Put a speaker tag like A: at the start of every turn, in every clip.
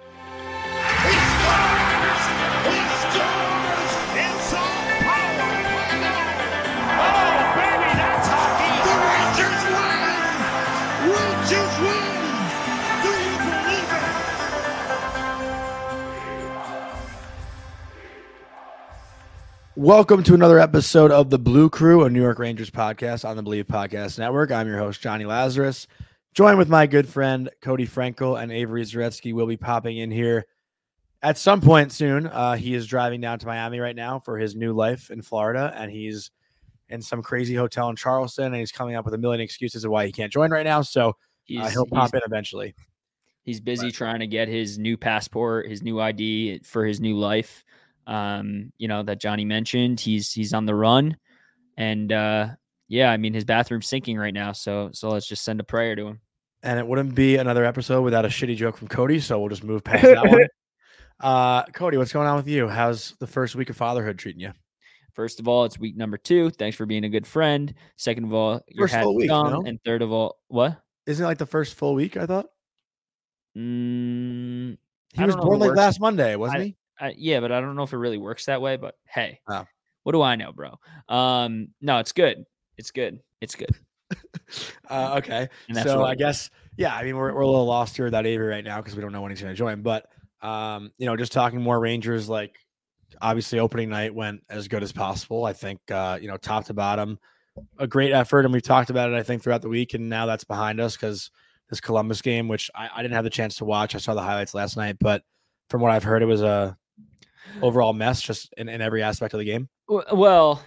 A: He scores! He scores! It's a power! Oh, baby, that's hockey! The Rangers win! Rangers win! Do you believe it?
B: Welcome to another episode of the Blue Crew, a New York Rangers podcast on the Believe Podcast Network. I'm your host, Johnny Lazarus. Joined with my good friend Cody Frankel and Avery Zaretsky will be popping in here at some point soon. Uh, he is driving down to Miami right now for his new life in Florida, and he's in some crazy hotel in Charleston, and he's coming up with a million excuses of why he can't join right now. So
C: He's,
B: uh, he'll
C: he's,
B: pop in eventually.
C: he's busy trying to get his new passport, his new ID for his new life. Um, you know that Johnny mentioned. He's he's on the run, and uh, yeah, I mean his bathroom's sinking right now. So so let's just send a prayer to him.
B: and it wouldn't be another episode without a shitty joke from Cody. So we'll just move past that one. Uh, Cody, what's going on with you? How's the first week of fatherhood treating you?
C: First of all, it's week number two. Thanks for being a good friend. Second of all, your
B: First
C: hat's
B: full week,
C: dumb.
B: no?
C: and third of all, what?
B: Isn't it like the first full week? I thought
C: Mm,
B: he
C: I
B: was
C: don't know
B: born
C: the
B: like
C: worst-
B: last Monday, wasn't
C: I-
B: he?
C: I, yeah, but I don't know if it really works that way. But hey,
B: Oh.
C: what do I know, bro? Um, no, it's good. It's good. It's good.
B: Uh, okay,
C: And that's
B: so
C: what
B: I
C: it
B: guess yeah. I mean, we're we're a little lost here without Avery right now because we don't know when he's going to join. But um, you know, just talking more Rangers, like obviously opening night went as good as possible. I think uh, you know, top to bottom, a great effort, and we've talked about it. I think throughout the week, and now that's behind us because this Columbus game, which I, I didn't have the chance to watch. I saw the highlights last night, but from what I've heard, it was a overall mess just in, in every aspect of the game.
C: W- Well,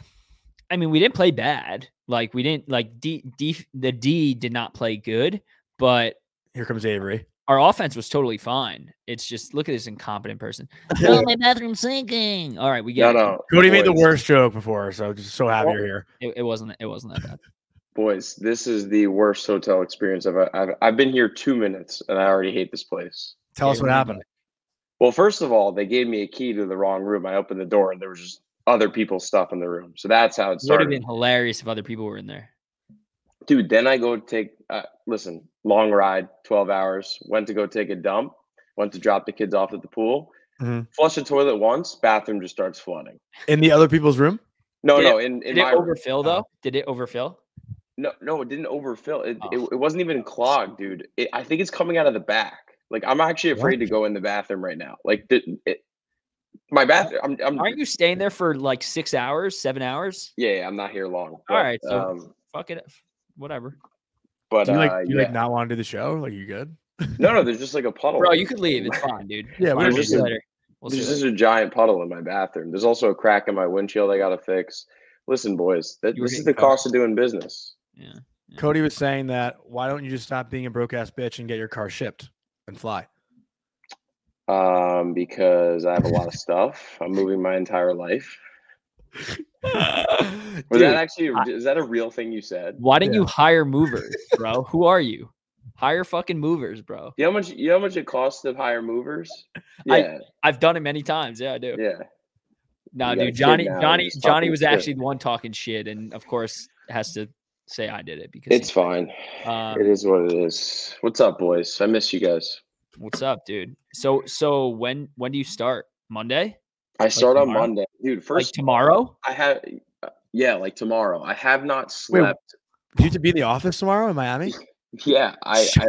C: I mean, we didn't play bad. Like we didn't like D, D the D did not play good, but
B: Here comes Avery.
C: our offense was totally fine. It's just look at this incompetent person. oh, my bathroom's sinking. All right, we
D: No,
C: get
D: no.
B: Cody made the
D: boys,
B: worst joke before, so just so happy you're here.
C: it. it. It wasn't. It wasn't that bad.
D: Boys, this is the worst hotel experience I've, I've I've been here two minutes and I already hate this place.
B: Tell
C: Yeah,
B: us
C: it
B: what
C: wasn't
B: happened.
D: Well, first of all, they gave me a key to the wrong room. I opened the door and there was just other people's stuff in the room. So that's how it
C: It would have
D: started.
C: been hilarious if other people were in there.
D: Dude, then I go take uh, listen, long ride, twelve hours. Went to go take a dump. Went to drop the kids off at the pool.
B: Mhm.
D: Flush the toilet once. Bathroom just starts flooding.
B: in the other people's room.
D: No,
C: Did
D: no, in, in
C: Did it
D: my room.
C: overfill though? Did it overfill?
D: No, no, it didn't overfill. It,
C: Oh.
D: it, it wasn't even clogged, dude. It, I think it's coming out of the back. Like I'm actually afraid to go in the bathroom right now. Like the, it, my bathroom. I'm, I'm
C: Aren't you staying there for like six hours, seven hours?
D: yeah, yeah, I'm not here long. All
C: right, so-
D: um,
C: Fuck it, whatever,
D: but
B: Do you like,
D: uh,
B: do you
D: yeah.
B: like not want to do the show? Like, you good?
D: no, no, there's just like a puddle.
C: bro. You could leave. It's fine, dude. It's
B: Yeah,
C: fine.
B: we
C: We'll
D: just-
C: see you later. We'll see
D: There's
C: you
D: Oh. just
C: later.
D: a giant puddle in my bathroom. There's also a crack in my windshield. I gotta fix. Listen, boys, that,
C: You were
D: this is
C: getting
D: the
C: caught.
D: cost of doing business.
C: Yeah. Yeah.
B: Cody was saying that. Why don't you just stop being a broke ass bitch and get your car shipped and fly?
D: Um, because I have a lot of stuff. I'm moving my entire life. Was that actually
C: I-
D: is that a real thing you said?
C: Why didn't
B: Yeah.
C: you hire movers, bro? Who are you? Hire fucking movers, bro.
D: You know how much you know how much it costs to hire movers?
C: I-
D: Yeah,
C: I've done it many times. Yeah, I do.
D: yeah.
C: No,
D: You got a
C: dude,
D: kid
C: Johnny,
D: now,
C: Johnny,
D: he's
C: Johnny
D: talking
C: was
D: shit.
C: actually the one talking shit, and of course has to say I did it because
D: It's fine.
C: um,
D: it is what it is. What's up, boys? I miss you guys.
C: what's up, dude. So, so when when do you start? Monday?
D: I start on
C: tomorrow?
D: Monday, dude.
C: like
D: First,
C: tomorrow?
D: I have yeah, like tomorrow. I have not slept.
B: Do you have to be in the office tomorrow in Miami?
D: Yeah, I, I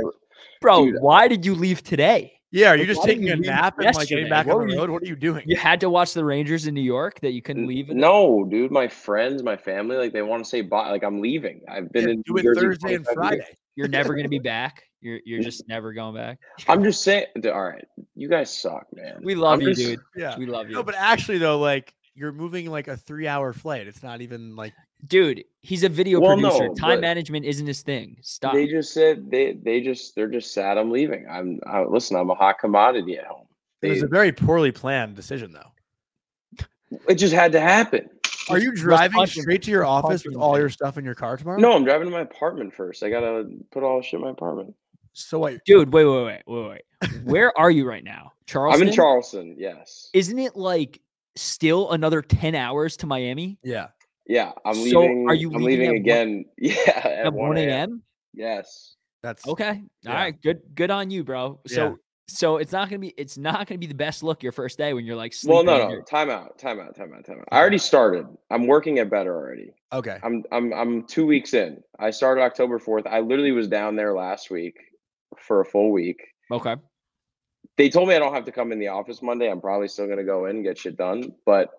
C: Bro,
D: Dude,
C: why did you leave today?
B: Yeah. Are you
C: Like,
B: just
C: why didn't
B: taking
C: you
B: a
C: leave
B: nap and like
C: yesterday?
B: getting back
C: What
B: on
C: were
B: the
C: you-
B: road? What are you doing?
C: You had to watch the Rangers in New York that you couldn't leave.
D: no, dude. My friends, my family, like they want to say bye. Like I'm leaving. I've been
B: Yeah,
D: in
B: do
D: New
B: it
D: Jersey
B: Thursday and
D: 25 years.
B: Friday.
C: You're never gonna be back. You're you're just never going back.
D: I'm just saying. dude, All right, you guys suck, man.
C: We love
D: I'm
C: you,
D: just-
C: dude.
B: Yeah.
C: We love you.
B: No, but actually though, like you're moving like a three-hour flight. It's not even like
C: dude, he's a video
D: Well,
C: producer.
D: no,
C: Time
D: but-
C: management isn't his thing. Stop.
D: They just said they they just they're just sad. I'm leaving. I'm I, listen. I'm a hot commodity at home.
B: it was
D: They-
B: a very poorly planned decision though.
D: It just had to happen.
B: Are
C: Just-
B: you
C: just
B: driving
C: punch him.
B: straight to your office with
C: him
B: all
C: down.
B: your stuff in your car tomorrow?
D: No, I'm driving to my apartment first. I gotta put all the shit in my apartment.
B: So what?
C: Dude, wait, wait, wait, wait, wait. Where are you right now? Charleston?
D: I'm in Charleston. Yes.
C: Isn't it like still another 10 hours to Miami?
B: Yeah.
D: Yeah, I'm
C: So,
D: leaving.
C: are you
D: I'm
C: leaving
D: leaving
C: at one-
D: again. yeah, at,
C: At 1
D: a.m.
C: a.m.
D: Yes.
B: That's
C: Okay.
B: Yeah.
C: All right. Good. Good on you, bro. So
B: Yeah.
C: so it's not gonna be it's not gonna be the best look your first day when you're like
D: Well,
C: sleeping.
D: no,
C: and
D: no.
C: you're-
D: Time out. Time out. Time out. Time out. I already started. I'm working at Better already.
B: okay.
D: I'm I'm I'm two weeks in. I started October fourth. I literally was down there last week for a full week.
C: Okay.
D: They told me I don't have to come in the office Monday. I'm probably still gonna go in and get shit done. But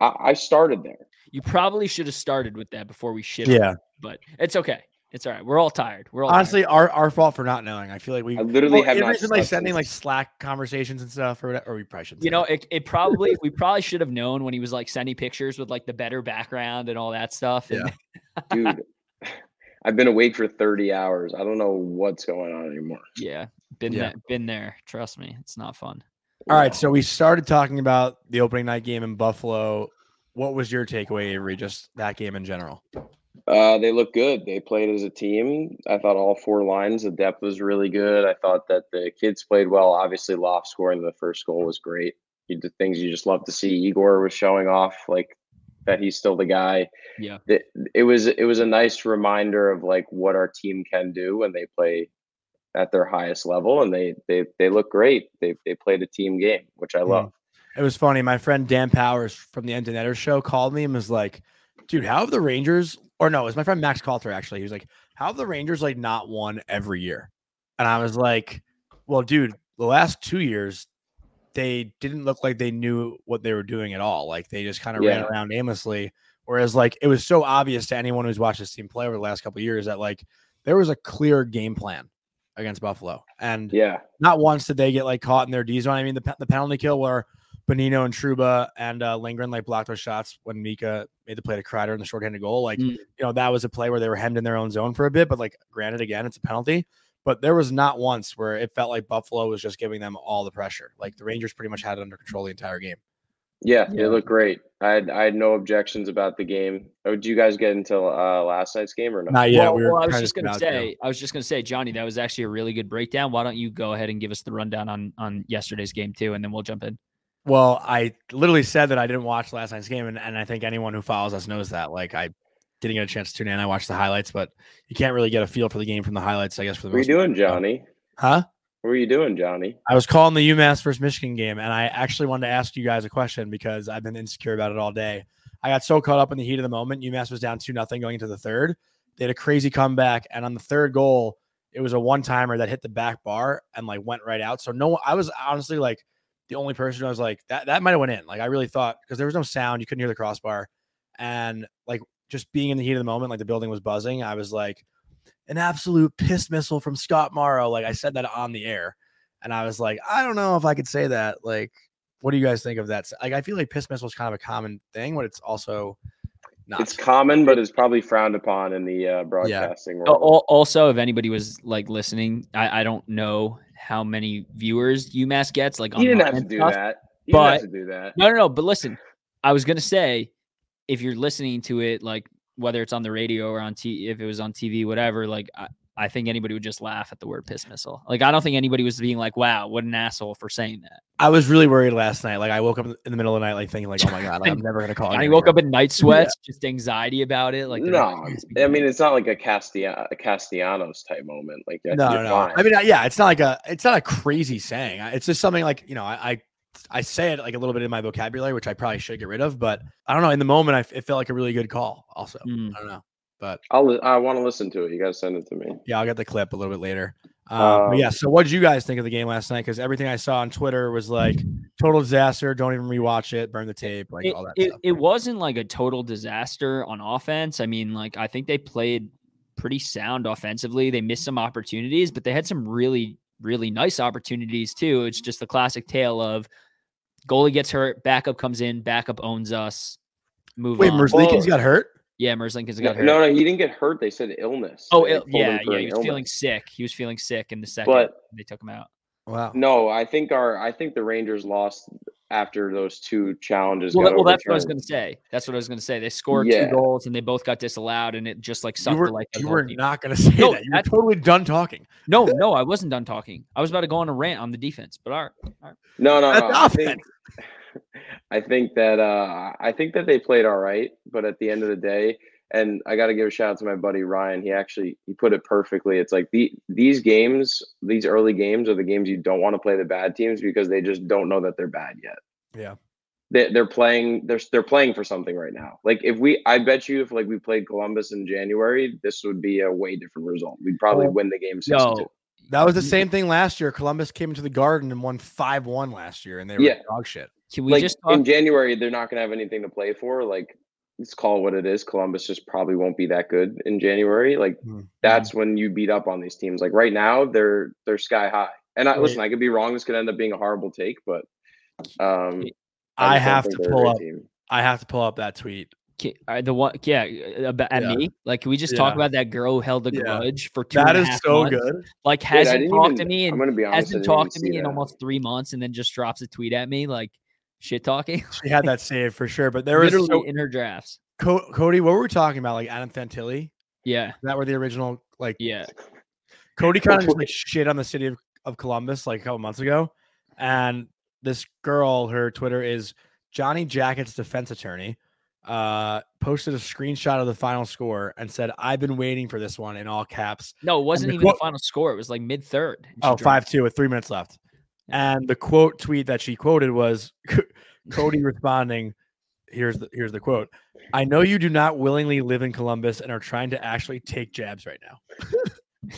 D: I, I started there.
C: You probably should have started with that before we shit. on it,
B: Yeah.
C: But it's okay. It's all right. We're all tired. We're all tired.
B: Honestly, our our fault for not knowing. I feel like we
D: I literally
B: Oh,
D: have
B: the
D: not.
B: reason, like
D: slept
B: sending
D: since.
B: like Slack conversations and stuff, or whatever, or we probably shouldn't.
C: You
B: say
C: know,
B: that.
C: it, it probably we probably should have known when he was like sending pictures with like the better background and all that stuff. And
D: dude. I've been awake for 30 hours. I don't know what's going on anymore.
C: yeah, been
B: Yeah.
C: there, been there. Trust me, it's not fun.
B: All right, so we started talking about the opening night game in Buffalo. What was your takeaway, Avery? Just that game in general.
D: Uh, they look good. They played as a team. I thought all four lines, the depth was really good. I thought that the kids played well. Obviously, Loft scoring the first goal was great. You did things you just love to see. Igor was showing off like that he's still the guy.
C: Yeah.
D: It, it was it was a nice reminder of like what our team can do when they play at their highest level, and they they they look great. They they played a team game, which I
B: Mhm.
D: love.
B: It was funny. My friend Dan Powers from the Entonetter show called me and was like, dude, how have the Rangers, or no, it was my friend Max Coulter actually. He was like, how have the Rangers like not won every year? And I was like, well, dude, the last two years, they didn't look like they knew what they were doing at all. Like they just kind of ran
D: Yeah.
B: around aimlessly. Whereas like it was so obvious to anyone who's watched this team play over the last couple of years that like there was a clear game plan against Buffalo. And
D: Yeah,
B: not once did they get like caught in their D zone. I mean, the, pe- the penalty kill where Benino and Truba and uh, Lindgren like blocked those shots when Mika made the play to Kreider in the shorthanded goal. Like,
C: Mm.
B: you know, that was a play where they were hemmed in their own zone for a bit. But like, granted, again, it's a penalty. But there was not once where it felt like Buffalo was just giving them all the pressure. Like the Rangers pretty much had it under control the entire game.
D: Yeah, they
C: Yeah.
D: look great. I had I had no objections about the game. Oh, did you guys get into uh, last night's game or no?
C: well, well, I was just gonna say, I was just gonna say, Johnny, that was actually a really good breakdown. Why don't you go ahead and give us the rundown on on yesterday's game too, and then we'll jump in.
B: Well, I literally said that I didn't watch last night's game, and, and I think anyone who follows us knows that. Like, I didn't get a chance to tune in. I watched the highlights, but you can't really get a feel for the game from the highlights, I guess. For the
D: What were you
B: most part.
D: doing, Johnny?
B: Huh?
D: What were you doing, Johnny?
B: I was calling the UMass versus Michigan game, and I actually wanted to ask you guys a question because I've been insecure about it all day. I got so caught up in the heat of the moment. UMass was down two nothing going into the third. They had a crazy comeback, and on the third goal, it was a one timer that hit the back bar and like went right out. So no, one- I was honestly like the only person I was like that that might have went in. Like I really thought because there was no sound, you couldn't hear the crossbar, and like just being in the heat of the moment, like the building was buzzing. I was like an absolute piss missile from Scott Morrow. Like I said that on the air. And I was like, I don't know if I could say that. Like, what do you guys think of that? Like, I feel like piss missile is kind of a common thing, but it's also not.
D: It's common, but it's probably frowned upon in the uh, broadcasting
C: Al-
D: world.
C: al- Also, if anybody was like listening, I, I don't know how many viewers UMass gets. Like,
D: you didn't
C: oh, online
D: have to
C: and
D: do
C: stuff.
D: that. You didn't have to do that.
C: No, no, no. But listen, I was gonna say, if you're listening to it, like whether it's on the radio or on T, if it was on TV, whatever, like I, I think anybody would just laugh at the word piss missile. Like, I don't think anybody was being like, "Wow, what an asshole for saying that."
B: I was really worried last night. Like, I woke up in the middle of the night, like thinking, like, oh my god, I'm never gonna call.
C: And I
B: again
C: woke
B: again.
C: up in night sweats, just anxiety about it. Like, they're not
D: no,
C: gonna speak
D: I
C: to
D: mean
C: me.
D: it's not like a Castilla- a Castellanos type moment. Like I think
B: No,
D: you're
B: no, no.
D: fine.
B: I mean, yeah, it's not like a, it's not a crazy saying. I- It's just something like you know, I, I, I say it like a little bit in my vocabulary, which I probably should get rid of. But I don't know. In the moment, I, f- it felt like a really good call. Also,
C: Mm.
B: I don't know, but
D: I'll li- I want to listen to it. You guys send it to me.
B: Yeah, I'll get the clip a little bit later. Um, but yeah,
D: Um,
B: so what did you guys think of the game last night? Because everything I saw on Twitter was like total disaster. Don't even rewatch it. Burn the tape. Like
C: it,
B: all that
C: it,
B: stuff.
C: it wasn't like a total disaster on offense. I mean, like I think they played pretty sound offensively. They missed some opportunities, but they had some really, really nice opportunities too. It's just the classic tale of goalie gets hurt, backup comes in, backup owns us. Move
B: Wait,
C: on.
B: Merzlikins
D: Well-
B: got hurt.
C: yeah, Merzlikins
D: No,
C: got hurt.
D: no, no, he didn't get hurt. They said illness.
C: oh,
D: They
C: ill-
D: pulled him
C: yeah, yeah.
D: for an
C: He was feeling
D: illness.
C: sick. He was feeling sick in the second.
D: But-
C: they took him out.
B: Wow.
D: No, I think our I think the Rangers lost after those two challenges.
C: Well,
D: got
C: that- well, that's what I was
D: overturned.
C: gonna say. That's what I was gonna say. They scored
D: Yeah.
C: two goals and they both got disallowed, and it just like sucked
B: you were,
C: the life. out
B: you
C: of
B: were
C: both teams.
B: not going to say
C: No,
B: that. You were
C: that-
B: totally done talking.
C: No, no, I wasn't done talking. I was about to go on a rant on the defense, but all right.
D: No, no,
B: That's
D: no. I think,
B: offense.
D: I think that uh, I think that they played all right, but at the end of the day, and I got to give a shout out to my buddy Ryan. He actually he put it perfectly. It's like the these games, these early games, are the games you don't want to play the bad teams because they just don't know that they're bad yet.
B: Yeah.
D: They, they're playing. They're they're playing for something right now. Like if we, I bet you, if like we played Columbus in January, this would be a way different result. We'd probably
B: Well,
D: win the game. 6
C: Yo,
B: That was the same thing last year. Columbus came into the Garden and won five one last year, and they were
D: Yeah.
B: dog shit.
C: can we
D: like
C: just
D: in
C: talk?
D: January, they're not going to have anything to play for. Like, let's call it what it is. Columbus just probably won't be that good in January. Like,
C: Hmm,
B: Mhm.
D: that's when you beat up on these teams. Like right now, they're they're sky high. And I,
B: Right.
D: listen, I could be wrong. This could end up being a horrible take, but
B: I,
D: um, just don't
B: have
D: think
B: to
D: they're a
B: pull
D: good
B: up.
D: team.
B: I have to pull up that tweet.
C: Can, uh, the one, yeah, uh, about, at
B: Yeah.
C: me. Like, can we just talk
B: Yeah.
C: about that girl who held a
B: Yeah.
C: grudge for two?
B: That
C: and a
B: is
C: half
B: so
C: months?
B: good.
C: Like,
D: Dude, I
C: hasn't
D: didn't
C: talked
D: even-
C: to me
D: I'm
C: and
D: going to be honest. I
C: hasn't
D: didn't even
C: talked to
D: see
C: me in
D: that.
C: almost three months, and then just drops a tweet at me like shit talking.
B: She had that saved for sure. But there was
C: literally
B: so,
C: in her drafts.
B: Co- Cody. What were we talking about? Like Adam Fantilli? Is
C: Yeah,
B: that were the original? Like
C: yeah.
B: Cody kind of just like shit on the city of, of Columbus like a couple months ago, and this girl, her Twitter is Johnny Jacket's defense attorney, uh, posted a screenshot of the final score and said, "I've been waiting for this one" in all caps.
C: No, it wasn't
B: the
C: even the
B: quote-
C: final score. It was like mid third.
B: Oh, five two with three minutes left. And the quote tweet that she quoted was Cody responding. Here's the here's the quote. I know you do not willingly live in Columbus and are trying to actually take jabs right now.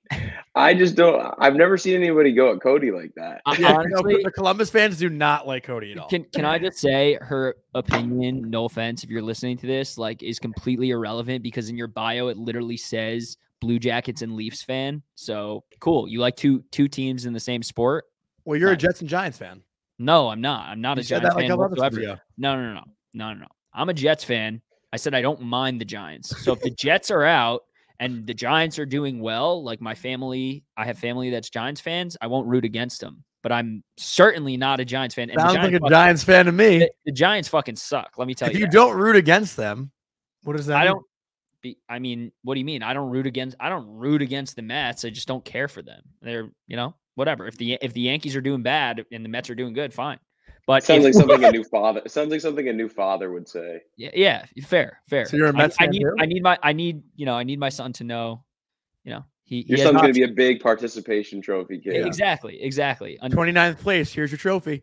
D: I just don't. I've never seen anybody go at Cody like that.
C: I-
B: Yeah, no,
C: honestly,
B: the Columbus fans do not like Cody at all.
C: Can can I just say her opinion? No offense, if you're listening to this, like, is completely irrelevant because in your bio it literally says Blue Jackets and Leafs fan. So cool, you like two two teams in the same sport.
B: Well, you're a
C: Nice.
B: Jets and Giants fan.
C: No, I'm not. I'm not
B: You
C: a
B: said
C: Giants
B: that, like,
C: fan
B: a month or two
C: whatsoever.
B: ago.
C: No, no, no, no, no, no. I'm a Jets fan. I said I don't mind the Giants. So if the Jets are out and the Giants are doing well, like my family, I have family that's Giants fans. I won't root against them, but I'm certainly not a Giants fan. And the
B: Sounds
C: Giants,
B: like a
C: fucking-
B: Giants fan to me.
C: the, the Giants fucking suck. Let me tell
B: if
C: you.
B: you
C: that.
B: don't root against them, what does that?
C: I
B: mean?
C: don't. Be, I mean, what do you mean? I don't root against. I don't root against the Mets. I just don't care for them. They're you know whatever. If the if the Yankees are doing bad and the Mets are doing good, fine. But
D: Sounds
C: if-
D: like something a new father. Sounds like something a new father would say.
C: Yeah, yeah, fair, fair.
B: So you're a
C: I-
B: Mets
C: I,
B: fan
C: need,
B: too?
C: I need my, I need, you know, I need my son to know, you know, he, he
D: Your
C: has
D: son's
C: not-
D: going to be a big participation trophy kid.
C: exactly, exactly. Under-
B: 29th place. Here's your trophy.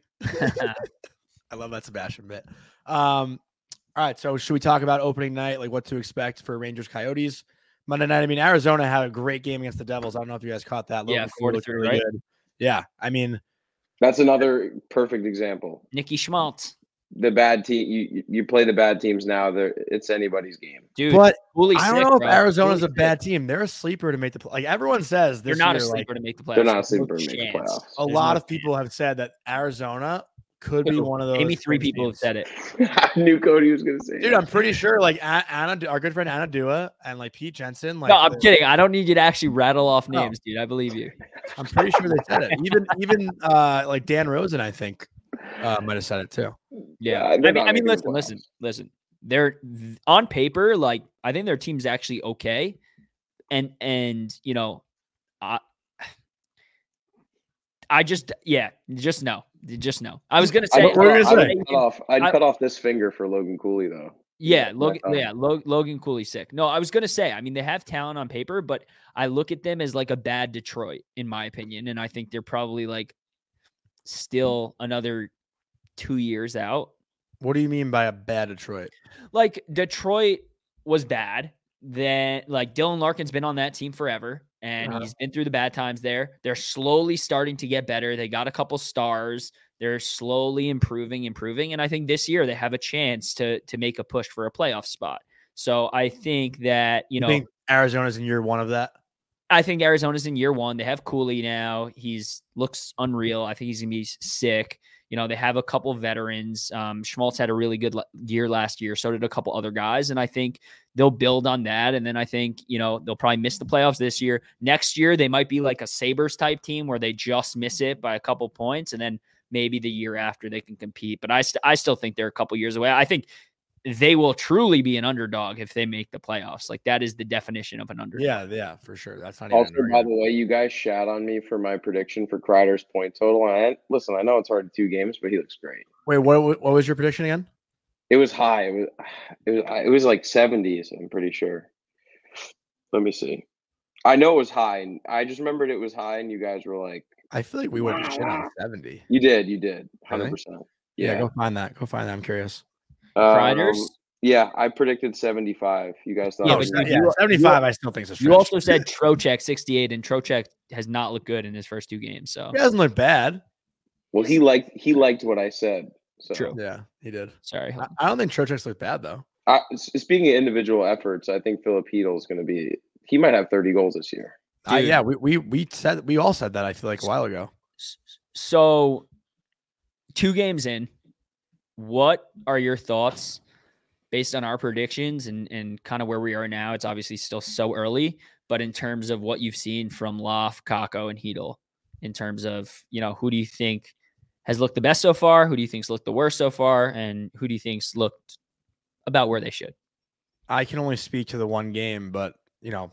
B: I love that Sebastian bit. Um, all right, so should we talk about opening night, like what to expect for Rangers Coyotes Monday night? I mean, Arizona had a great game against the Devils. I don't know if you guys caught that. Logan
C: Yeah,
B: Cooley
C: four to
B: looked
C: three, right?
B: good. Yeah, I mean,
D: That's another perfect example.
C: Nicky Schmaltz,
D: The bad team, you you- you play the bad teams now. They're it's anybody's game.
C: dude.
B: but
C: fully
B: I don't
C: sick,
B: know if
C: bro.
B: Arizona's
C: Fully
B: a bad team. They're a sleeper to make the pl- like everyone says.
C: sick. They're
B: This
C: not a
B: year, like,
C: sleeper to make the playoffs.
D: They're not a
C: There's no
D: sleeper to make the
C: chance. Oh.
B: a
D: playoffs.
C: There's
B: lot
C: no
B: of people have said that Arizona could
C: Dude,
B: be one of those.
C: chance. Maybe three
B: fringe
C: people have
B: teams.
C: said it.
D: I knew Cody was going to say.
B: Dude,
D: that.
B: I'm pretty sure like A- Anna, Du- our good friend Anna Dua, and like Pete Jensen. Like,
C: no, I'm
D: uh,
B: they're-
C: kidding. I don't need you to actually rattle off
B: No.
C: names, dude. I believe you.
B: I'm pretty sure they said it. Even even uh like Dan Rosen, I think, uh, might have said it too.
C: Yeah,
D: Yeah,
C: I mean,
D: they're not
C: I mean,
D: making
C: listen,
D: the
C: listen, listen. They're th- on paper, like I think their team's actually okay, and and you know, I, I just yeah, just no, just no. I was gonna
D: I'd
C: say,
D: cut
B: what were you
D: off-
B: gonna
D: I'd
B: say?
D: cut off. I'd
C: I-
D: cut off this finger for Logan Cooley though.
C: yeah,
D: my
C: Logan,
D: thumb.
C: yeah, Lo- Logan Cooley sick. No, I was gonna say, I mean, they have talent on paper, but I look at them as like a bad Detroit, in my opinion, and I think they're probably like still another two years out.
B: What do you mean by a bad Detroit?
C: like Detroit was bad. Then like Dylan Larkin's been on that team forever and
B: Uh-huh.
C: he's been through the bad times there. They're slowly starting to get better. They got a couple stars. They're slowly improving, improving. And I think this year they have a chance to to make a push for a playoff spot. So I think that, you
B: Mm. You
C: know,
B: think Arizona's in year one of that?
C: I think Arizona's in year one. They have Cooley now. He's looks unreal. I think he's gonna be s- sick. You know, they have a couple veterans. Um, Schmaltz had a really good la- year last year. So did a couple other guys, and I think they'll build on that. And then I think you know they'll probably miss the playoffs this year. Next year they might be like a Sabers type team where they just miss it by a couple points, and then maybe the year after they can compete. But I st- I still think they're a couple years away. I think they will truly be an underdog if they make the playoffs. Like that is the definition of an underdog.
B: Yeah, yeah, for sure. That's not
D: Also,
B: even. an
D: by
B: argument.
D: the way, you guys shat on me for my prediction for Kreider's point total. And I- listen, I know it's hard two games, but he looks great.
B: Wait, what wa- what was your prediction again?
D: It was high. It was, it was, it was like 70s, I'm pretty sure. Let me see. I know it was high. And I just remembered it was high, and you guys were like,
B: I feel like we went shit on seventy.
D: you did, you did.
B: Really?
D: 100%.
B: Yeah,
D: Yeah.
B: go find that. Go find that. I'm curious.
C: Fridays.
D: Um, yeah, I predicted 75. You guys thought
B: No,
C: Yeah,
D: it
C: but
D: was
B: se-
C: you-
B: yeah,
C: you-
B: seventy-five. I still think it's a stretch.
C: You also said Trocek 68, and Trocek has not looked good in his first two games. So
B: he doesn't look bad.
D: Well, he liked he liked what I said. So
C: True.
B: Yeah, he did.
C: sorry.
B: I, I don't think Trochex looked bad though.
D: I, s- speaking of individual efforts, I think Filipino is going to be. He might have 30 goals this year.
B: I,
C: Dude.
B: yeah, we, we we said we all said that. I feel like a while ago.
C: S- So, two games in, what are your thoughts based on our predictions and, and kind of where we are now? It's obviously still so early, but in terms of what you've seen from Loff, Kako, and Heedle, in terms of, you know, who do you think has looked the best so far? Who do you think's looked the worst so far? And who do you think's looked about where they should?
B: I can only speak to the one game, but you know,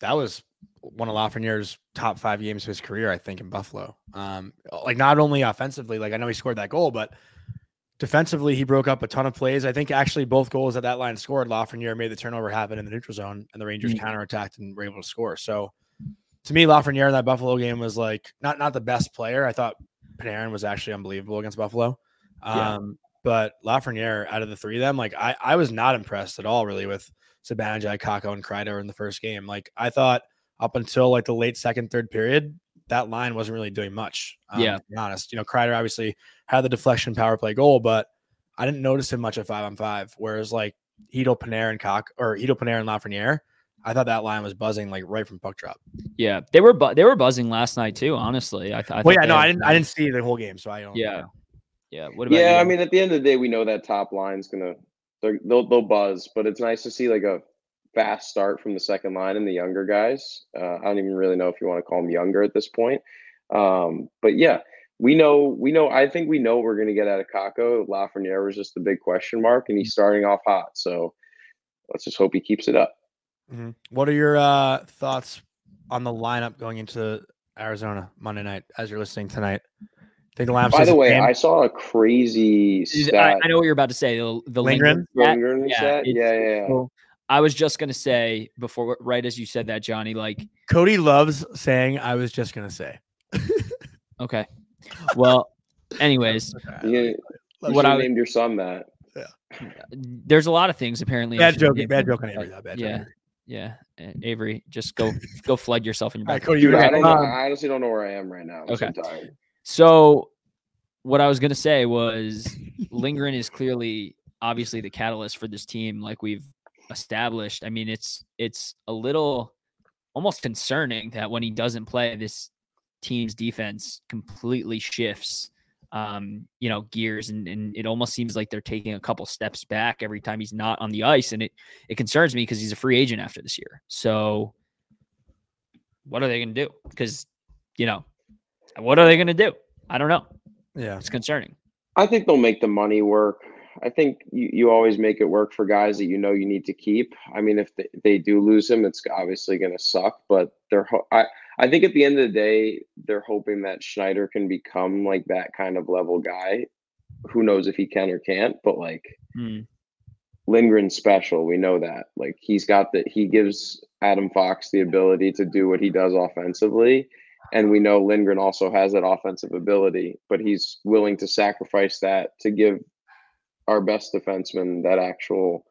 B: that was one of Lafreniere's top five games of his career, I think, in Buffalo. Um, like not only offensively, like I know he scored that goal, but defensively he broke up a ton of plays. I think actually both goals that that line scored, Lafreniere made the turnover happen in the neutral zone, and the Rangers
C: Mm.
B: counterattacked and were able to score. So to me, Lafreniere in that Buffalo game was like not not the best player. I thought Panarin was actually unbelievable against Buffalo.
C: Yeah.
B: Um, but Lafreniere out of the three of them, like I, I was not impressed at all really with Sabanajai, Kako, and Kreider in the first game. Like I thought up until like the late second, third period, that line wasn't really doing much. um,
C: Yeah.
B: to be honest. You know, Kreider obviously had the deflection power play goal, but I didn't notice him much at five on five. Whereas like Hito Panarin, Cock or Hito Panarin, and Lafreniere, I thought that line was buzzing like right from puck drop.
C: Yeah, they were bu- they were buzzing last night too. Honestly, I, th- I
B: well,
C: thought
B: yeah,
C: they
B: no,
C: had-
B: I didn't. I didn't see the whole game, so I don't.
C: Yeah, yeah. What about
D: Yeah,
C: you?
D: I mean, at the end of the day, we know that top line's gonna they're- they'll they'll buzz, but it's nice to see like a fast start from the second line and the younger guys. Uh, I don't even really know if you want to call them younger at this point, um, but yeah, we know we know. I think we know what we're gonna get out of Kako. Lafreniere was just the big question mark, and
C: Mm-hmm.
D: he's starting off hot. So let's just hope he keeps it up.
B: Mhm. What are your uh, thoughts on the lineup going into Arizona Monday night as you're listening tonight? Think the lineup
D: By
B: stays
D: the way,
B: same?
D: I saw a crazy
C: Is- I,
D: stat.
C: I know what you're about to say. The, the
B: Lindgren?
C: stat.
D: Lindgren
C: yeah,
D: stat?
C: it's-
D: yeah, yeah, yeah.
C: So, I was just gonna say before, right as you said that, Johnny. Like,
B: Cody loves saying, "I was just gonna say."
C: okay, well, anyways,
D: You, you
C: What
D: what
C: I
D: I
C: was-
D: named your son that.
C: there's a lot of things apparently. I
B: Bad
C: should
B: joke,
C: get-
B: bad joke on Avery. Though, bad joke.
C: Yeah.
B: on Avery.
C: Yeah, A- Avery, just go go flood yourself in your
B: All right,
C: back.
B: Cody, you
D: Dude, I,
B: were-
D: don't,
B: um,
D: I honestly don't know where I am right now. I'm
C: Okay.
D: so tired.
C: So, what I was gonna say was, Lindgren is clearly, obviously, the catalyst for this team. Like we've established. I mean, it's it's a little almost concerning that when he doesn't play, this team's defense completely shifts. Um, you know, gears, and and it almost seems like they're taking a couple steps back every time he's not on the ice, and it it concerns me because he's a free agent after this year. So, what are they gonna do? Because you know, what are they gonna do? I don't know.
B: yeah.
C: It's concerning.
D: I think they'll make the money work. I think you, you always make it work for guys that you know you need to keep. I mean, if they, they do lose him, it's obviously going to suck. But they're ho- I I think at the end of the day, they're hoping that Schneider can become like that kind of level guy. Who knows if he can or can't? But like
C: Hmm.
D: Lindgren's special, we know that. Like he's got that. He gives Adam Fox the ability to do what he does offensively. And we know Lindgren also has that offensive ability, but he's willing to sacrifice that to give our best defenseman that actual.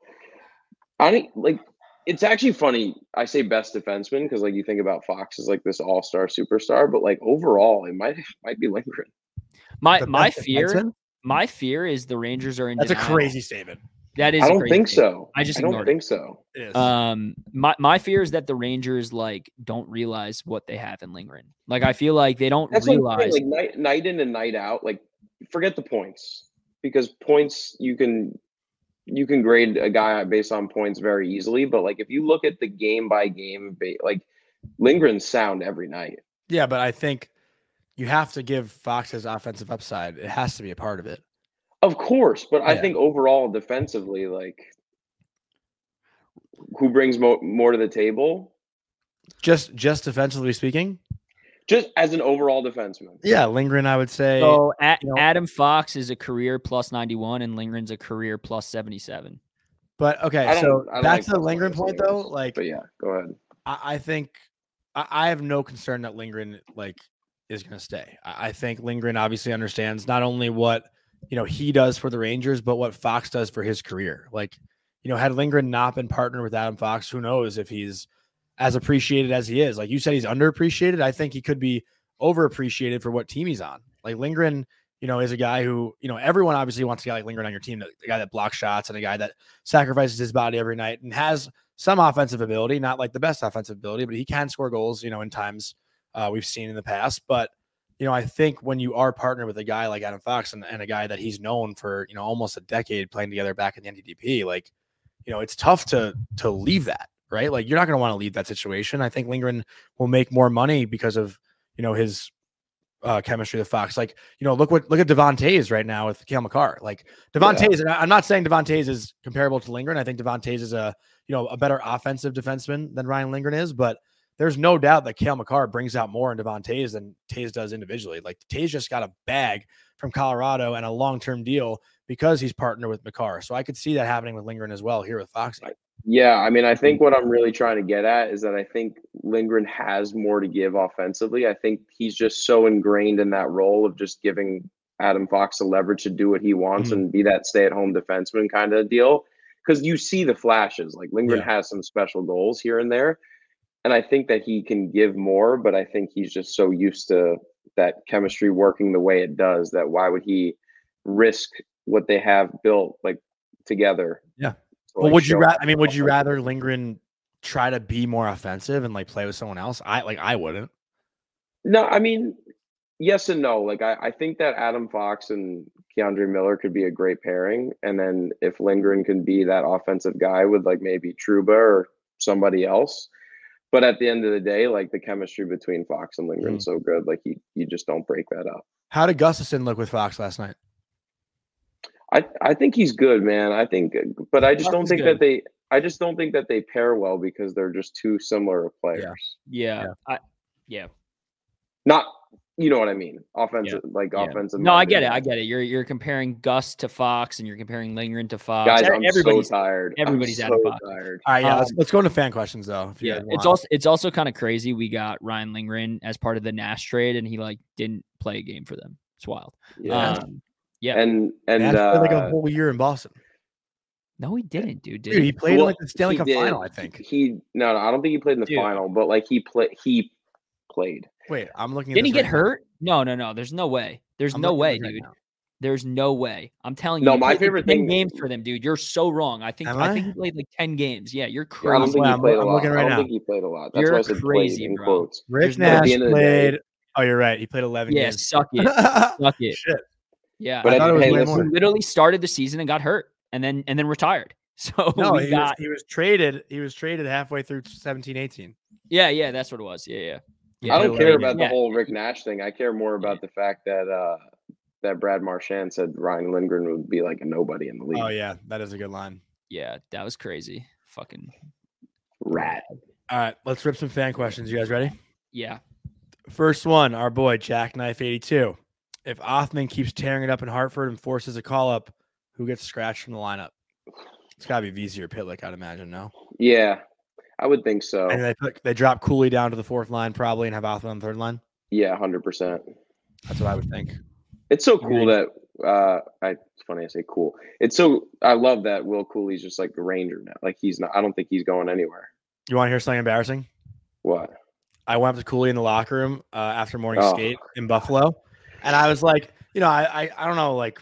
D: I don't like. It's actually funny. I say best defenseman because like you think about Fox as like this all star superstar, but like overall, it might might be Lindgren.
C: My
B: The
C: my
B: best
C: fear
B: defenseman?
C: my fear is the Rangers are in.
B: That's a
C: denial.
B: crazy statement.
C: That is.
D: I
C: a
D: don't
C: crazy
D: think
C: thing.
D: so.
C: I just
D: I don't
C: ignored it.
D: think so.
B: It is.
C: Um, my my fear is that the Rangers like don't realize what they have in Lindgren. Like I feel like they don't
D: That's what I'm
C: realize.
D: saying, like night, night in and night out. Like, forget the points because points you can you can grade a guy based on points very easily. But like, if you look at the game by game, ba- like Lindgren's sound every night.
B: yeah, but I think you have to give Fox's offensive upside. It has to be a part of it.
D: Of course, but I
B: Yeah.
D: think overall defensively, like, who brings mo- more to the table?
B: Just just defensively speaking,
D: Just as an overall defenseman.
B: Yeah, Lindgren, I would say.
C: So A-
B: you know-
C: Adam Fox is a career plus 91 and Lindgren's a career plus 77.
B: but
D: I
B: okay,
D: don't-
B: so
D: I
B: back
D: don't like
B: to the
D: Buffalo
B: Lindgren
D: as
B: point
D: Lindgren.
B: though. Like,
D: But yeah, go ahead.
B: I, I think I, I have no concern that Lindgren like is going to stay. I, I think Lindgren obviously understands not only what you know he does for the Rangers, but what Fox does for his career. Like, you know, had Lindgren not been partnered with Adam Fox, who knows if he's as appreciated as he is. Like you said, he's underappreciated. I think he could be overappreciated for what team he's on. Like Lindgren, you know, is a guy who, you know, everyone obviously wants a guy like Lindgren on your team, the the guy that blocks shots and a guy that sacrifices his body every night and has some offensive ability, not like the best offensive ability, but he can score goals, you know, in times uh, we've seen in the past. But, you know, I think when you are partnered with a guy like Adam Fox and, and a guy that he's known for, you know, almost a decade playing together back in the NDDP, like, you know, it's tough to to leave that, right? Like you're not going to want to leave that situation. I think Lindgren will make more money because of, you know, his uh, chemistry with Fox. Like, you know, look what look at Devontae's right now with Kale McCarr. Like Devontae's, and I- I'm not saying Devontae's is comparable to Lindgren. I think Devontae's is a you know, a better offensive defenseman than Ryan Lindgren is, but there's no doubt that Kale McCarr brings out more in Devon Tays than Tays does individually. Like Tays just got a bag from Colorado and a long-term deal because he's partnered with McCarr. So I could see that happening with Lindgren as well here with Foxy.
D: Yeah, I mean, I think
B: Mm.
D: what I'm really trying to get at is that I think Lindgren has more to give offensively. I think he's just so ingrained in that role of just giving Adam Fox the leverage to do what he wants
B: Mhm.
D: and be that stay-at-home defenseman kind of deal. Because you see the flashes, like Lindgren
B: Yeah.
D: has some special goals here and there, and I think that he can give more. But I think he's just so used to that chemistry working the way it does that why would he risk what they have built like together?
B: Yeah.
D: to,
B: Well,
D: like,
B: would you
D: show
B: rather I mean, would you
D: offensive.
B: rather Lindgren try to be more offensive and like play with someone else? I like I wouldn't.
D: No, I mean, yes and no. Like I, I think that Adam Fox and Keandre Miller could be a great pairing. And then if Lindgren can be that offensive guy with like maybe Truba or somebody else. But at the end of the day, like the chemistry between Fox and
C: Hmm.
D: Lindgren is so good, like you you just don't break that up.
B: How did Gustafson look with Fox last night?
D: I I think he's good, man. I think but I just
C: Fox
D: don't
C: is
D: think
C: good.
D: that they I just don't think that they pair well because they're just too similar of players.
C: Yeah.
B: Yeah.
C: I, yeah.
D: Not you know what I mean. Offensive like
C: yeah.
D: offensive.
C: No, I get
D: minded
C: it. I
D: guys.
C: get it. You're you're comparing Gus to Fox and you're comparing Lindgren to Fox.
D: Guys,
C: Every-
D: I'm
C: everybody's
D: so tired. I'm
C: everybody's out
D: so
C: of pocket.
D: tired.
B: All right, yeah, let's,
C: Um,
B: let's go into fan questions though. If you
C: yeah,
B: guys
C: it's
B: want.
C: also it's also kind of crazy. We got Ryan Lindgren as part of the Nash trade, and he like didn't play a game for them. It's wild.
D: Uh, Yeah.
C: Um, yeah.
D: and and
B: Nash
D: uh,
B: played, like a whole year in Boston.
C: no, he didn't, dude. Did
B: Dude,
C: he?
B: he played in
D: Well,
B: like the Stanley
D: he
B: Cup
D: did.
B: final, I think.
D: he no, no, I don't think he played in the
C: Dude.
D: final, but like he play he played.
B: Wait, I'm looking. At
C: Didn't he
B: this right
C: get
B: now.
C: hurt? No, no, no. There's no way. There's
B: I'm
C: no
B: looking at
C: way,
B: this right
C: dude.
B: now.
C: There's no way. I'm telling you.
D: No,
C: he
D: my
C: played, like,
D: favorite
C: 10
D: thing-
C: games for them, dude. You're so wrong. I think
B: Am
C: I?
B: I?
C: think he played like ten games. Yeah, you're
D: I don't
C: crazy.
D: think he
B: I'm-
D: played a
B: I'm
D: lot.
B: looking right
D: I don't
B: now.
D: think he played a lot. That's
C: You're
D: why I said
C: crazy,
D: played in
C: bro.
D: quotes.
B: Rick
C: There's no- at
D: the
B: Nash
D: end of the day-
B: played. Oh, you're right. He played 11
C: yeah,
B: games.
C: suck it, suck it.
B: Shit.
C: Yeah,
D: But
B: I
D: at-
B: thought it was
D: hey,
B: way
D: listen,
B: more.
C: he literally started the season and got hurt, and then and then retired. So
B: No,
C: we
B: he was,
C: got
B: he was traded. He was traded halfway through 17, 18.
C: yeah, yeah. That's what it was. Yeah, yeah.
D: I don't care about
C: Yeah.
D: the whole Rick Nash thing. I care more about the fact that uh that Brad Marchand said Ryan Lindgren would be like a nobody in the league.
B: Oh yeah, that is a good line.
C: Yeah, that was crazy. Fucking
D: Rat.
B: All right, let's rip some fan questions. You guys ready?
C: yeah.
B: First one, our boy Jackknife82. If Othman keeps tearing it up in Hartford and forces a call up, who gets scratched from the lineup? It's got to be Vesey or Pitlick, I'd imagine. No,
D: Yeah. I would think so.
B: and they put, they drop Cooley down to the fourth line probably and have Othman on the third line.
D: Yeah, hundred percent.
B: That's what I would think.
D: It's so cool that uh I it's funny I say cool. It's so I love that Will Cooley's just like the Ranger now. Like he's not I don't think he's going anywhere.
B: You want to hear something embarrassing?
D: What?
B: I went up to Cooley in the locker room uh, after morning
D: Oh.
B: skate in Buffalo, and I was like, you know, I I, I don't know, like,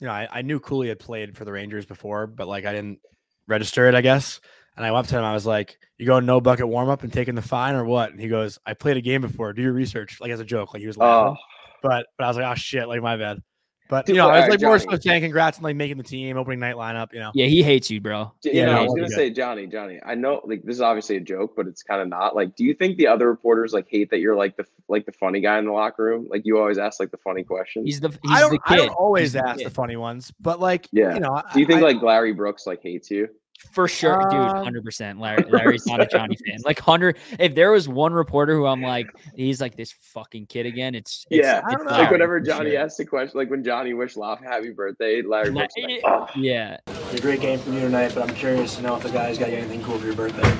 B: you know, I, I knew Cooley had played for the Rangers before, but like I didn't register it, I guess. And I went up to him, I was like, "You going no bucket warm up and taking the fine or what?" And he goes, "I played a game before. Do your research." Like as a joke, like he was laughing,
D: Oh
B: but but I was like, "Oh shit, like my bad." But
D: Dude,
B: you know, I was
D: alright,
B: like more so
D: Johnny.
B: saying congrats on like making the team, opening night lineup. You know,
C: Yeah, he hates you, bro.
B: Yeah,
D: J- you know,
B: no,
D: I was
B: that'd
D: gonna
B: be
D: say Johnny, Johnny. I know like this is obviously a joke, but it's kind of not. Like, do you think the other reporters like hate that you're like the like the funny guy in the locker room? Like you always ask like the funny questions.
C: He's the he's
B: I don't
C: the
B: I
C: kid.
B: don't always
C: He's the
B: ask the
C: kid.
B: funny ones, but like,
D: Yeah.
B: you know,
D: do you think
B: I-
D: like Larry Brooks like hates you?
C: For sure, dude,
B: Um,
C: hundred percent. Larry, Larry's not a Johnny fan. Like hundred. If there was one reporter who I'm like, he's like this fucking kid again. It's, it's
D: Yeah,
C: it's
B: I don't know.
D: Like
C: Larry,
D: whenever
C: for
D: Johnny
C: sure.
D: asks the question, like when Johnny wished Lop happy birthday, Larry
C: La-
D: Brooks like, "Oh,
C: Yeah,
E: It's a great game from you tonight, but I'm curious to know if the guys got you anything cool for your birthday.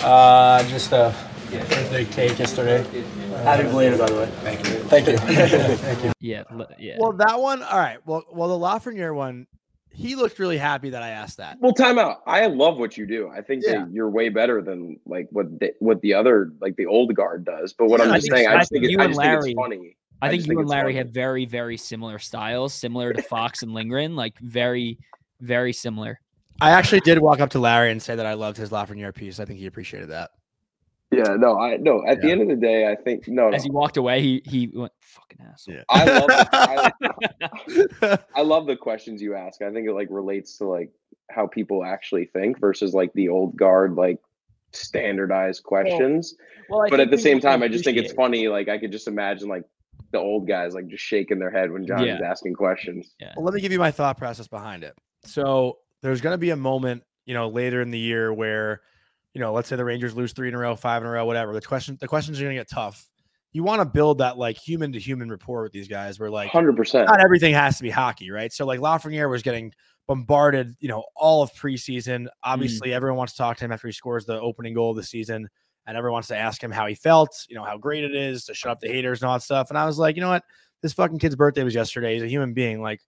F: Uh, just a birthday cake yesterday.
E: Happy belated, by the way.
F: Thank you. Thank you.
C: yeah, l- yeah.
B: Well, that one. All right. Well, well, the Lafreniere one. He looked really happy that I asked that.
D: Well, time out. I love what you do. I think
B: Yeah.
D: that you're way better than like what the, what the other like the old guard does. But what
C: Yeah,
D: I'm
C: I
D: just
C: think-
D: saying, I
C: I
D: just think,
C: think
D: it,
C: you
D: I
C: and
D: just
C: Larry-
D: think it's funny.
C: I
D: I
C: think
D: just
C: you
D: think
C: and
D: it's
C: Larry
D: funny.
C: have very, very similar styles, similar to Fox and Lindgren, like very, very similar.
B: I actually did walk up to Larry and say that I loved his Lafreniere piece. I think he appreciated that.
D: Yeah, no, I no. At the
B: Yeah.
D: end of the day, I think no. no
C: As he walked away, he he went fucking asshole.
B: Yeah.
D: I love the, I, I love the questions you ask. I think it like relates to like how people actually think versus like the old guard like standardized questions.
C: Well,
D: but at the same time, I just think it's funny. Like I could just imagine like the old guys like just shaking their head when Johnny's
C: Yeah.
D: asking questions.
B: Well, let me give you my thought process behind it. So there's going to be a moment, you know, later in the year where, you know, let's say the Rangers lose three in a row, five in a row, whatever. The question, the questions are going to get tough. You want to build that like human to human rapport with these guys, where like
D: Hundred percent.
B: not everything has to be hockey, right? So like Lafreniere was getting bombarded, you know, all of preseason. Obviously, everyone wants to talk to him after he scores the opening goal of the season, and everyone wants to ask him how he felt, you know, how great it is to shut up the haters and all that stuff. And I was like, you know what, this fucking kid's birthday was yesterday. He's a human being. Like,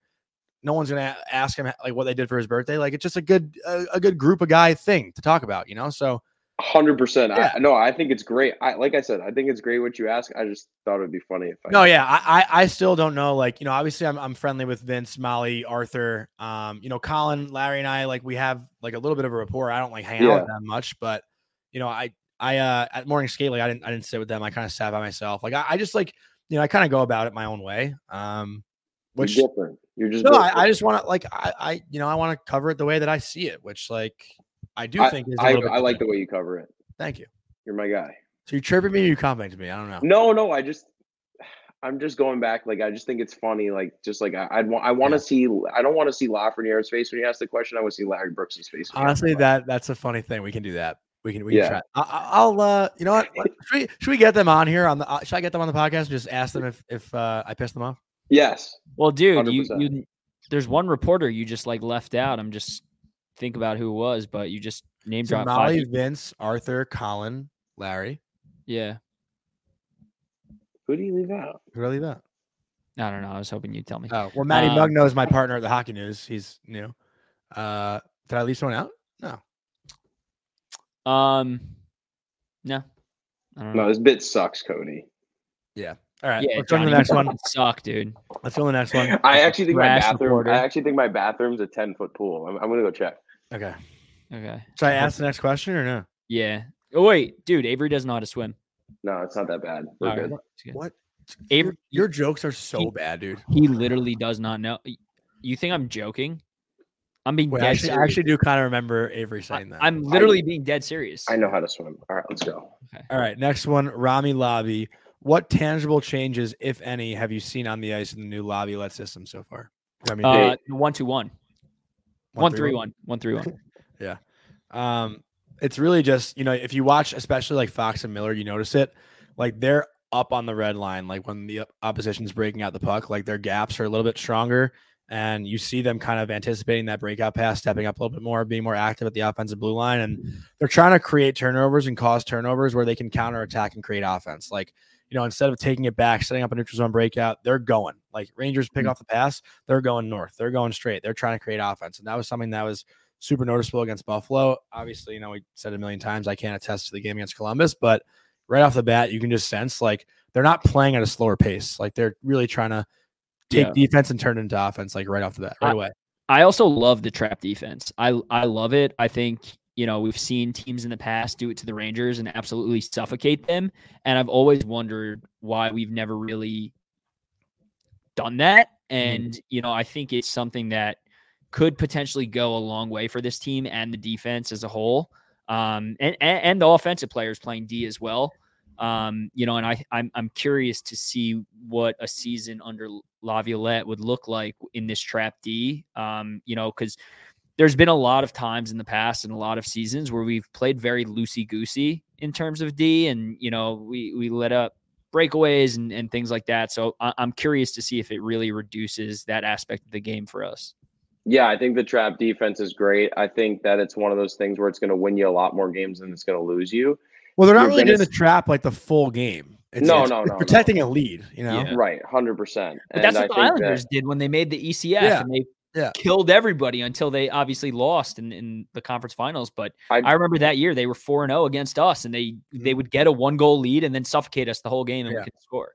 B: no one's gonna a- ask him like what they did for his birthday. Like, it's just a good a, a good group of guy thing to talk about, you know. So
D: Hundred percent.
B: Yeah.
D: I No, I think it's great. I like I said, I think it's great what you ask. I just thought it would be funny if I
B: No, yeah, I, I I still don't know. Like, you know, obviously I'm I'm friendly with Vince, Molly, Arthur. Um, you know, Colin, Larry, and I like we have like a little bit of a rapport. I don't like hang out
D: Yeah.
B: with them much, but you know, I I uh at morning skate like I didn't I didn't sit with them. I kind of sat by myself. Like I, I just like you know I kind of go about it my own way. Um,
D: You're
B: which
D: different. You're just
B: no,
D: different.
B: I, I just want to like I I you know I want to cover it the way that I see it, which like I do think is a
D: I,
B: little bit
D: I like the
B: different.
D: way you cover it.
B: Thank you.
D: You're my guy.
B: So you chirping me, or you complimenting me. I don't know.
D: No, no, I just I'm just going back. Like I just think it's funny. Like just like I, I'd want I want to see I don't want to see Lafreniere's face when he asked the question. I want to see Larry Brooks's face. when he asked the
B: Honestly,
D: question.
B: that that's a funny thing. We can do that. We can we
D: Yeah.
B: can try. I- I, I'll uh, you know what? What- Should we, should we get them on here on the? Uh, should I get them on the podcast and just ask them if if uh, I pissed them off?
D: yes.
C: Well, dude, you,
D: 100%.
C: you there's one reporter you just like left out. I'm just think about who it was, but you just name
B: So
C: dropped five.
B: Molly,
C: people.
B: Vince, Arthur, Colin, Larry.
C: Yeah,
D: Who do you leave out?
B: Who did I leave out?
C: I don't know. I was hoping you'd tell me.
B: Oh well, Matty
C: Um,
B: Mug knows my partner at the Hockey News. He's new. Uh, did I leave someone out?
C: Um, no, I don't know.
D: No, this bit sucks, Cody.
B: All right,
C: yeah,
B: let's go to the
C: Johnny, you
B: next one.
C: fucking Suck, dude.
B: Let's go to the next one.
D: I actually think my
C: Trash
D: bathroom.
C: reporter.
D: I actually think my bathroom's a ten foot pool. I'm, I'm gonna go check.
B: Okay,
C: Okay.
B: should I ask the next question or no?
C: Yeah. Oh wait, dude, Avery doesn't know how to swim.
D: No, it's not that bad. We're
C: All right.
D: good.
C: It's good.
B: What?
C: Avery,
B: Your jokes are so bad, dude.
C: he literally does not know. y- You think I'm joking? I'm being
B: Wait,
C: dead
B: actually, I
C: serious.
B: actually do kind of remember Avery saying that.
C: I, am literally being dead serious.
D: I know how to swim. All right, let's go.
B: All right, next one, Rami Lobby. What tangible changes, if any, have you seen on the ice in the new Lobby Let system so far? I mean,
C: Uh, one two one. One three
B: three,
C: one. One three one.
B: Um, it's really just you know if you watch, especially like Fox and Miller, you notice it. Like they're up on the red line, like when the op- opposition's breaking out the puck, like their gaps are a little bit stronger, and you see them kind of anticipating that breakout pass, stepping up a little bit more, being more active at the offensive blue line, and they're trying to create turnovers and cause turnovers where they can counterattack and create offense. Like you know, instead of taking it back, setting up a neutral zone breakout, they're going. Like Rangers pick off the pass, they're going north, they're going straight, they're trying to create offense, and that was something that was super noticeable against Buffalo. Obviously, you know, we said it a million times, I can't attest to the game against Columbus, but right off the bat, you can just sense like they're not playing at a slower pace. Like they're really trying to take
C: Yeah.
B: defense and turn it into offense, like right off the bat, right
C: I-
B: away.
C: I also love the trap defense. I I love it. I think you know we've seen teams in the past do it to the Rangers and absolutely suffocate them. And I've always wondered why we've never really done that. And you know I think it's something that could potentially go a long way for this team and the defense as a whole, um, and, and and the offensive players playing D as well. Um, you know, and I I'm I'm curious to see what a season under Laviolette would look like in this trap D. Um, you know, because there's been a lot of times in the past and a lot of seasons where we've played very loosey goosey in terms of D, and you know we we let up breakaways and, and things like that. So I, I'm curious to see if it really reduces that aspect of the game for us.
D: Yeah, I think the trap defense is great. I think that it's one of those things where it's going to win you a lot more games than it's going to lose you.
B: Well, they're not
D: You're
B: really
D: gonna
B: doing the trap like the full game. It's,
D: No,
B: it's
D: no, no, no.
B: protecting a lead. You know,
C: Yeah.
D: Right, hundred percent.
C: But that's what the Islanders did when they made the ECF
B: Yeah,
C: and they
B: yeah.
C: killed everybody until they obviously lost in, in the conference finals. But I,
D: I-
C: remember that year they were four and zero against us, and they they would get a one goal lead and then suffocate us the whole game and
B: Mm. Yeah.
C: we could score.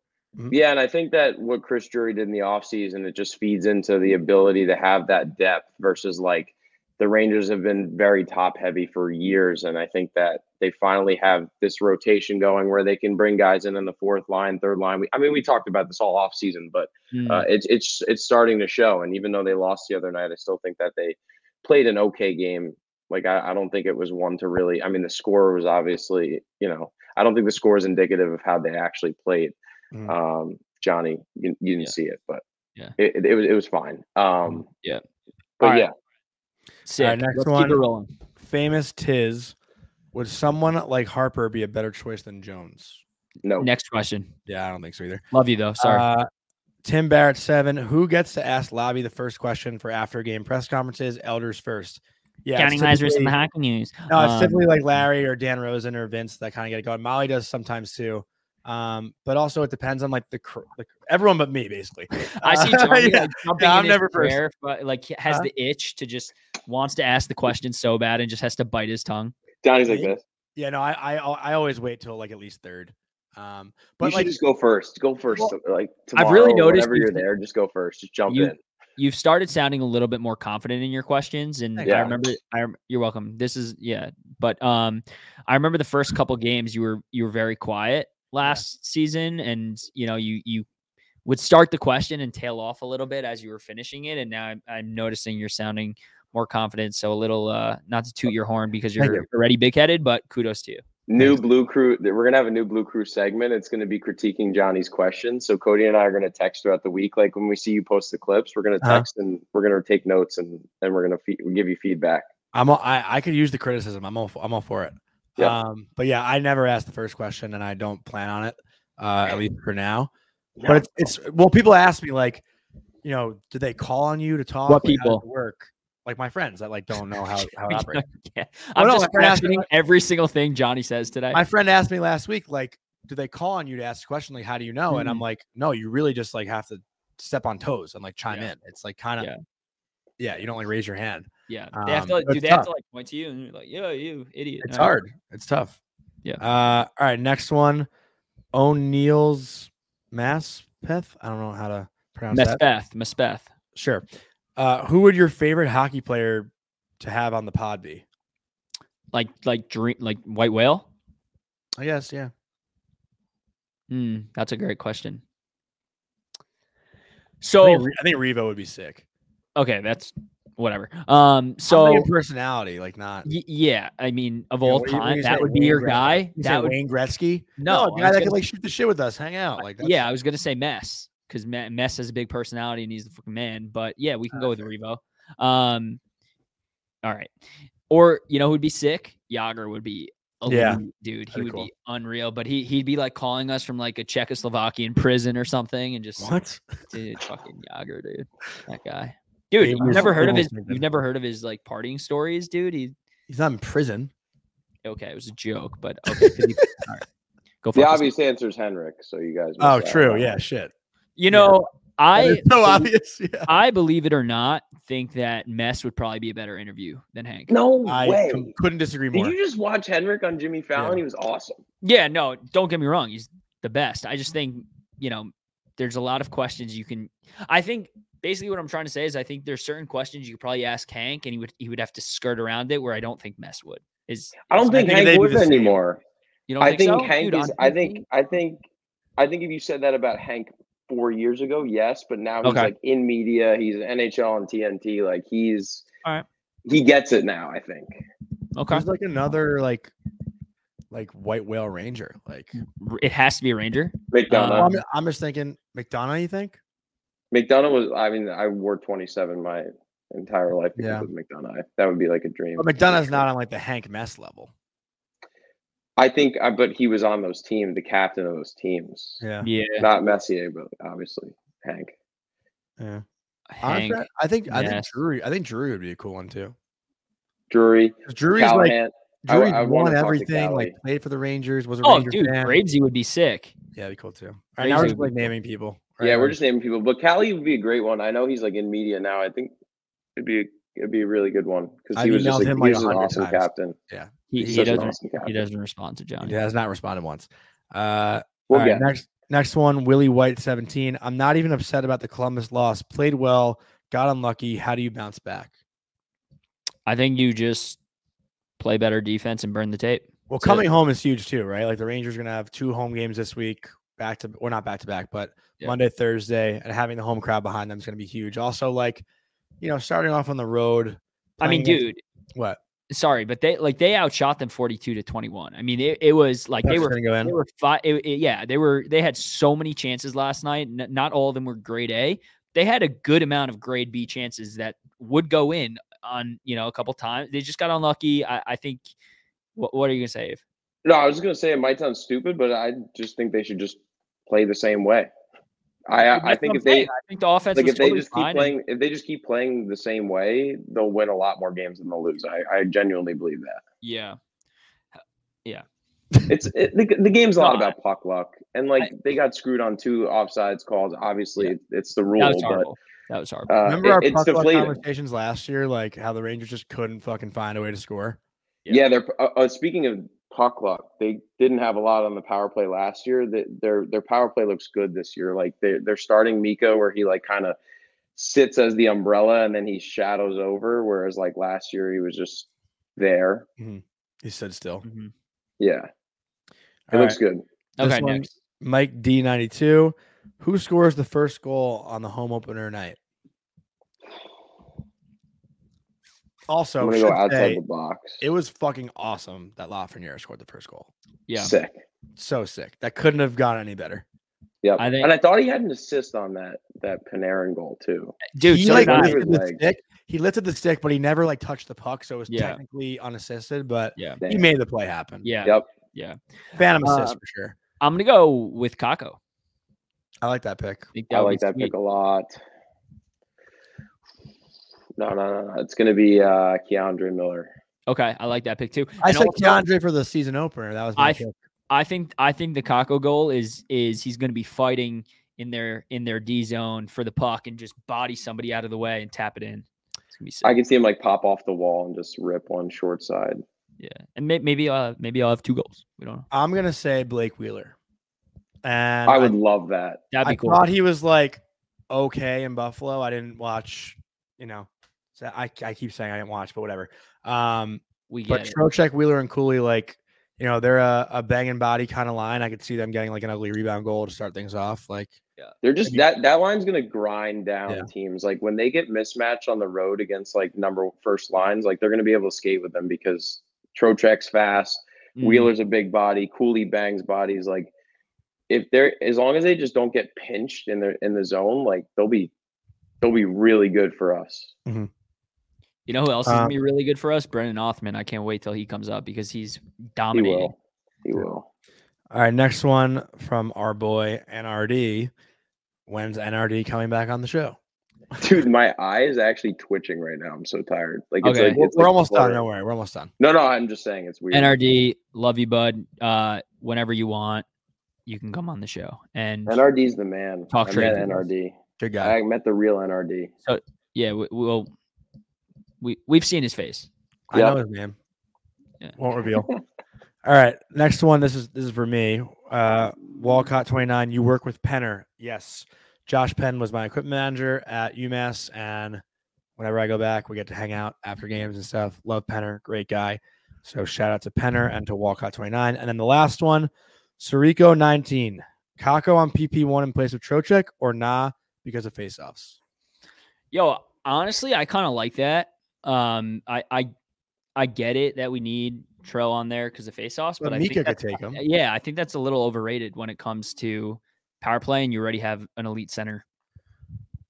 D: Yeah, and I think that what Chris Drury did in the offseason, it just feeds into the ability to have that depth versus like the Rangers have been very top heavy for years. And I think that they finally have this rotation going where they can bring guys in in the fourth line, third line. We, I mean, we talked about this all offseason, but
C: Mm,
D: uh, it's it's it's starting to show. And even though they lost the other night, I still think that they played an okay game. Like I, I don't think it was one to really. I mean, the score was obviously, you know, I don't think the score is indicative of how they actually played.
B: Mm.
D: Um, Johnny, you, you didn't
C: Yeah.
D: see it, but
C: Yeah. Mm,
D: it, it, it was it was fine. Um,
C: Yeah.
D: but
B: Alright.
D: yeah,
C: Sick.
B: Alright, next
C: Let's
B: one.
C: keep it rolling.
B: famous Tiz. Would someone like Harper be a better choice than Jones?
D: no,
C: Next question.
B: Yeah, I don't think so either.
C: Love you though. Sorry.
B: Uh, Tim Barrett seven. Who gets to ask Lobby the first question for after game press conferences? Elders first. Yeah,
C: Counting Heisers and the
B: house.
C: hockey news.
B: No, it's
C: Um,
B: typically like Larry or Dan Rosen or Vince that kind of get it going. Molly does sometimes too. Um, but also it depends on like the, cr- the everyone but me basically.
C: I see
B: Uh,
C: Johnny
B: yeah.
C: like jumping
B: I'm
C: in his
B: never first. Uh-huh.
C: chair, but like he has
B: Huh?
C: the itch to just wants to ask the question so bad and just has to bite his tongue.
D: Johnny's like this.
B: Yeah, no, I, I I always wait till like at least third. Um,
D: But
B: but
D: you should
B: like
D: just go first. Go first.
B: Well,
D: like tomorrow,
C: I've really noticed
D: whenever
C: you
D: you're
C: think-
D: there, just go first. Just jump
C: You-
D: in.
C: you've started sounding a little bit more confident in your questions and
B: Thank
C: i
D: you.
C: remember i rem- you're welcome this is yeah but um i remember the first couple games you were you were very quiet last season and you know you you would start the question and tail off a little bit as you were finishing it and now i'm, I'm noticing you're sounding more confident so a little uh not to toot your horn because
B: Thank
C: you're already big headed but kudos to you
D: New Blue Crew. We're gonna have a new Blue Crew segment. It's gonna be critiquing Johnny's questions. So Cody and I are gonna text throughout the week. Like when we see you post the clips, we're gonna
B: Uh-huh.
D: text and we're gonna take notes and then we're gonna fe- give you feedback.
B: I'm all, I I could use the criticism. I'm all f- I'm all for it.
D: Yeah.
B: Um, but yeah, I never ask the first question and I don't plan on it uh, at least for now.
D: Yeah.
B: But it's it's well, people ask me like, you know, do they call on you to talk?
C: What
B: Like, how does
C: people?
B: it work like my friends that like don't know how how it operates.
C: yeah i'm
B: no,
C: just
B: I'm gonna ask you
C: questioning every single thing johnny says today
B: my friend asked me last week, like, do they call on you to ask a question? Like, how do you know? And I'm
C: Mhm.
B: like, no, you really just like have to step on toes and like chime
C: Yeah.
B: in. It's like kind of,
C: Yeah.
B: yeah. you don't like raise your hand.
C: yeah they have to
B: um,
C: like, do
B: it's
C: they have
B: tough.
C: to like point to you and you're like yo you idiot
B: It's
C: Uh,
B: hard. It's tough.
C: Yeah.
B: Uh, all right. Next one. O'Neill's Maspeth. I don't know how to pronounce that.
C: Mespeth, Mespeth.
B: Sure. Uh, who would your favorite hockey player to have on the pod be?
C: like like dream like white whale
B: I guess. Yeah.
C: Hmm, that's a great question
B: I
C: so
B: think, Re- I think Revo would be sick.
C: okay that's whatever um
B: I'm
C: so
B: thinking personality, like not.
C: y- yeah i mean of
B: Yeah,
C: all
B: what do you- what do
C: time
B: you
C: that
B: say,
C: would be
B: Wayne
C: your
B: Gretzky?
C: guy
B: You say
C: that would
B: Wayne Gretzky.
C: no,
B: a
C: I
B: guy
C: was
B: that
C: gonna-
B: could like shoot the shit with us, hang out. Like, that's,
C: yeah i was gonna say mess because mess has a big personality and he's the fucking man but yeah we can go with revo um all right or you know who'd be sick yager would be
B: Yeah.
C: elite, dude he
B: That'd be
C: would
B: cool.
C: be unreal but he, he'd be like calling us from like a czechoslovakian prison or something and just
B: what?
C: dude, fucking Yager, dude. That guy. Dude,
B: Maybe
C: you've never
B: it's
C: heard of
B: Phil
C: his
B: Smith.
C: you've never heard of his like partying stories, dude. He
B: He's not in prison.
C: okay, it was a joke, but okay. 'cause he- all right. Go for
D: The
C: it.
D: obvious answer is Henrik. So you guys.
B: Oh,
D: missed out
B: true.
D: on
B: Yeah,
D: that.
B: shit.
C: You know, I
B: It's so
C: belie-
B: obvious. Yeah.
C: I believe it or not, think that Mess would probably be a better interview than Hank.
D: No
B: I
D: way.
B: com- couldn't disagree
D: Did
B: more.
D: you just watch Henrik on Jimmy Fallon?
B: Yeah.
D: He was awesome.
C: Yeah, no, don't get me wrong. He's the best. I just think, you know, there's a lot of questions you can I think basically what I'm trying to say is I think there's certain questions you could probably ask Hank and he would he would have to skirt around it where I don't think Mess would. Is
D: I don't
B: I think
D: think
B: they'd
D: Hank
B: be
D: would
B: the same.
D: anymore.
C: you don't
D: I think
C: so?
D: Hank
C: Dude,
D: is.
C: on
D: I
C: TV?
D: think. I think. I think if you said that about Hank four years ago, yes, but now he's
C: Okay.
D: like in media. He's NHL and TNT. Like he's.
C: All right.
D: He gets it now. I think.
C: Okay.
B: There's like another like, like white whale ranger. Like,
C: R- It has to be a Ranger.
D: McDonough.
C: Uh,
B: I'm, I'm just thinking McDonough. You think?
D: McDonough was. I mean, I wore twenty seven my entire life because
B: Yeah.
D: of McDonough. That would be like a dream.
B: But McDonough's not on like the Hank Mess level.
D: I think, I, but he was on those teams, the captain of those teams.
B: Yeah.
C: Yeah.
D: Not Messier, but obviously Hank.
B: Yeah.
C: Hank.
B: Honestly, I think I think
C: Ness.
B: Drury I think Drury would be a cool one too.
D: Drury,
B: 'Cause Drury's like
D: Callahan. I w-
B: Drury
D: I wanna
B: won
D: talk to
B: everything, like
D: Cali.
B: played for the Rangers, was a
C: Oh,
B: Ranger
C: dude,
B: fan.
C: Bravesy would be sick.
B: Yeah, that'd be cool too. All right, now
C: Crazy.
B: we're just like naming people. right?
D: yeah, we're
B: Like,
D: just naming people, but Callie would be a great one. I know he's like in media now. I think it'd be it'd be a really good one because
B: I've
D: he was just
B: emailed
D: like,
B: him,
D: he
B: like,
D: was an
B: 100
D: awesome
B: times.
D: captain.
C: He,
B: He's
C: he
D: Such an
C: doesn't
D: awesome captain.
C: he doesn't respond to John.
B: he has not responded once. Uh
D: We'll
B: All right,
D: get
B: next next one, Willie White, 17. I'm not even upset about the Columbus loss. Played well, got unlucky. How do you bounce back?
C: I think you just play better defense and burn the tape.
B: Well,
C: So-
B: coming home is huge too, right? Like the Rangers are gonna have two home games this week, back to well, not back to back, but
C: Yeah.
B: Monday, Thursday, and having the home crowd behind them is gonna be huge. Also, like, you know, starting off on the road.
C: I mean,
B: playing
C: dude,
B: against- what
C: sorry, but they like they outshot them 42 to 21. I mean, it, it was like they
B: Puck's
C: were
B: gonna go in.
D: uh,
C: they were five. yeah, they were they had so many chances last night. N- not all of them were grade A. They had a good amount of grade B chances that would go in on you know a couple times. They just got unlucky. I, I think. What, what are you gonna say? If
D: No, I was gonna say it might sound stupid, but I just think they should just play the same way. I I, I think if they
C: I think the offense
D: like
C: was
D: if they
C: totally
D: just
C: fine
D: keep
C: and-
D: playing if they just keep playing the same way, they'll win a lot more games than they'll lose. I, I genuinely believe that.
C: yeah,
D: It's it, the, the game's a lot
C: No, I-
D: about puck luck, and like they got screwed on two offsides calls. Obviously, it- it's the rule,
C: that was
D: but
C: horrible. That was horrible.
D: uh,
B: Remember
D: it-
B: our
D: it's
B: puck luck
D: deflating.
B: conversations last year, like how the Rangers just couldn't fucking find a way to score.
C: Yeah.
D: Yeah, they're uh, uh, speaking of puck luck. They didn't have a lot on the power play last year. That their their power play looks good this year. Like they they're starting Miko where he like kind of sits as the umbrella and then he shadows over. Whereas like last year he was just there.
B: He stood still.
C: Mhm.
D: Yeah, Mm, it
B: All
D: looks
B: right,
D: good.
B: this
C: Okay,
B: one,
C: next.
B: Mike D ninety two. Who scores the first goal on the home opener night?
D: I'm
B: Also,
D: gonna go
B: should
D: outside
B: say,
D: the box.
B: it was fucking awesome that Lafreniere scored the first goal.
C: Yeah.
D: Sick.
B: So sick. That couldn't have gone any better.
D: Yep.
C: I think-
D: and I thought he had an assist on that that Panarin goal too.
C: dude.
B: he
C: so
B: like
C: did I.
D: really-
B: lifted the
D: Leg.
B: stick. He lifted the stick, but he never like touched the puck, so it was
C: Yeah.
B: technically unassisted. But
C: Yeah.
B: he
D: Damn.
B: made the play happen.
C: Yeah.
D: Yep.
B: phantom
C: Uh,
B: assist for sure.
C: I'm gonna go with Kako.
B: I like that pick.
C: I, think
D: I
C: would be
D: like that
C: sweet.
D: pick a lot. No, no, no, no. It's gonna be uh Keandre Miller.
C: Okay, I like that pick too.
B: I
C: And
B: said
C: also,
B: DeAndre for the season opener. That was my
C: I-
B: pick.
C: I think I think the Kako goal is is he's going to be fighting in their in their D zone for the puck and just body somebody out of the way and tap it in. It's gonna be sick.
D: I can see him like pop off the wall and just rip one short side.
C: yeah, and may, maybe uh maybe I'll have two goals. We don't know.
B: I'm gonna say Blake Wheeler. And
D: I would love that.
C: That'd
B: I,
C: be
B: I
C: cool.
B: thought he was like okay in Buffalo. I didn't watch, you know. So I, I keep saying I didn't watch, but whatever. Um,
C: we
B: but
C: get it.
B: Trocheck, Wheeler, and Cooley, like, you know, they're a, a banging body kind of line. I could see them getting like an ugly rebound goal to start things off. Like,
D: They're just
B: mean-
D: that that line's gonna grind down
B: Yeah.
D: teams. Like when they get mismatched on the road against like number first lines, like they're gonna be able to skate with them because Trocheck's fast,
C: Mm,
D: Wheeler's a big body, Cooley bangs bodies. Like if they're as long as they just don't get pinched in the in the zone, like they'll be they'll be really good for us.
C: You know who else is
B: Um,
C: gonna be really good for us? Brendan Othman. I can't wait till he comes up because he's
D: He
C: dominating.
D: will. He will.
B: all right, next one from our boy NRD. When's NRD coming back on the show?
D: Dude, my eye is actually twitching right now. I'm so tired. Like it's
C: Okay.
D: like
B: We're,
D: it's
B: we're
D: like
B: almost done.
D: fluttering.
B: Don't worry, we're almost done.
D: No, no, I'm just saying it's weird.
C: NRD, love you, bud. Uh, whenever you want, you can come on the show. And
D: NRD's the man.
C: Talk
D: I
C: trade
D: met
C: deals.
D: NRD.
B: Good guy.
D: I met the real NRD.
C: yeah, we, we'll we we've seen his face.
B: I
D: Yep.
B: know his name.
C: Yeah.
B: Won't reveal. All right, next one. This is this is for me. Uh, Walcott twenty nine. You work with Penner, yes. Josh Penn was my equipment manager at UMass, and whenever I go back, we get to hang out after games and stuff. Love Penner, great guy. So shout out to Penner and to Walcott twenty nine. And then the last one, Sirico nineteen. Kako on PP one in place of Trocheck or nah because of faceoffs.
C: Yo, honestly, I kind of like that. Um, I I I get it that we need Trell on there because of faceoffs,
B: But
C: but
B: Mika
C: I think
B: could take
C: that's-
B: him.
C: yeah, I think that's a little overrated when it comes to power play, and you already have an elite center.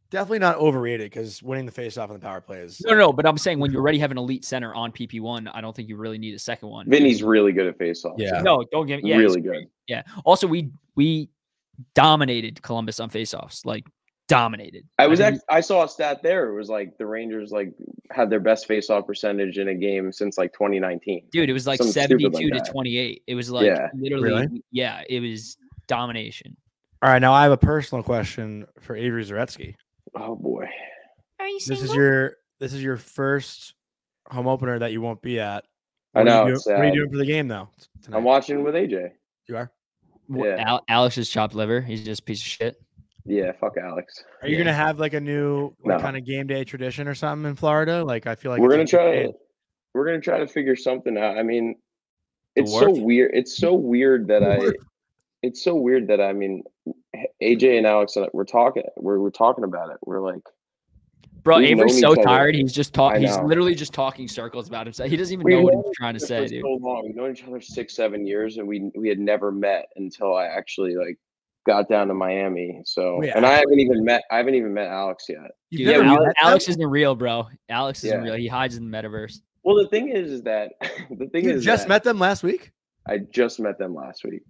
B: definitely not overrated because winning the faceoff and the power play is
C: No, no, no, but I'm saying when you already have an elite center on PP one, I don't think you really need a second one.
D: Vinny's really good at faceoffs.
F: Yeah.
C: no, don't give me yeah, he's
D: really good.
C: Yeah. Also, we we dominated Columbus on faceoffs, like dominated.
D: I was
C: mean,
D: act- I saw a stat there. It was like the Rangers like had their best faceoff percentage in a game since like 2019.
C: dude. It was like
D: something stupid like
C: seventy-two to
D: that.
C: twenty-eight. It was like
D: Yeah.
C: literally,
B: Really?
C: yeah. It was domination.
B: All right, now I have a personal question for Avery Zaretsky.
D: Oh boy.
B: This is your this is your first home opener that you won't be at. What are
D: I
B: you
D: know,
B: doing-
D: it's
B: What are you
D: sad.
B: doing for the game though? Tonight?
D: I'm watching with AJ.
B: you are.
C: Wha-
D: Yeah.
C: Al- Alex is chopped liver. He's just a piece of shit.
D: Yeah, fuck Alex.
B: Are you gonna have like a new like,
D: No.
B: kind of game day tradition or something in Florida? Like I feel like
D: we're gonna
B: it's a big
D: try
B: game.
D: to we're gonna try to figure something out. I mean, it's
C: The
D: so
C: work?
D: weird. It's so weird that
B: The
D: I
B: work.
D: it's so weird that I mean AJ and Alex and I- we're talking we're we're talking about it. We're like
C: Bro,
D: We've
C: Avery's
D: known
C: so
D: each other.
C: tired. He's just
D: I
C: talking. He's
D: know.
C: literally just talking circles about himself. He doesn't even
D: We
C: know what
D: know
C: he's trying to
D: this
C: say,
D: was
C: dude.
D: so long. We've known each other six, seven years, and we we had never met until I actually like got down to Miami. So
B: Wait,
D: and I haven't even met I haven't even met Alex yet.
B: You've
C: Dude,
B: never
C: Alex,
B: met them?
C: Alex isn't real, bro. Alex isn't
D: Yeah.
C: real. He hides in the metaverse.
D: Well, the thing is, is that the thing
B: You
D: is
B: just
D: that
B: met them last week.
D: I just met them last week.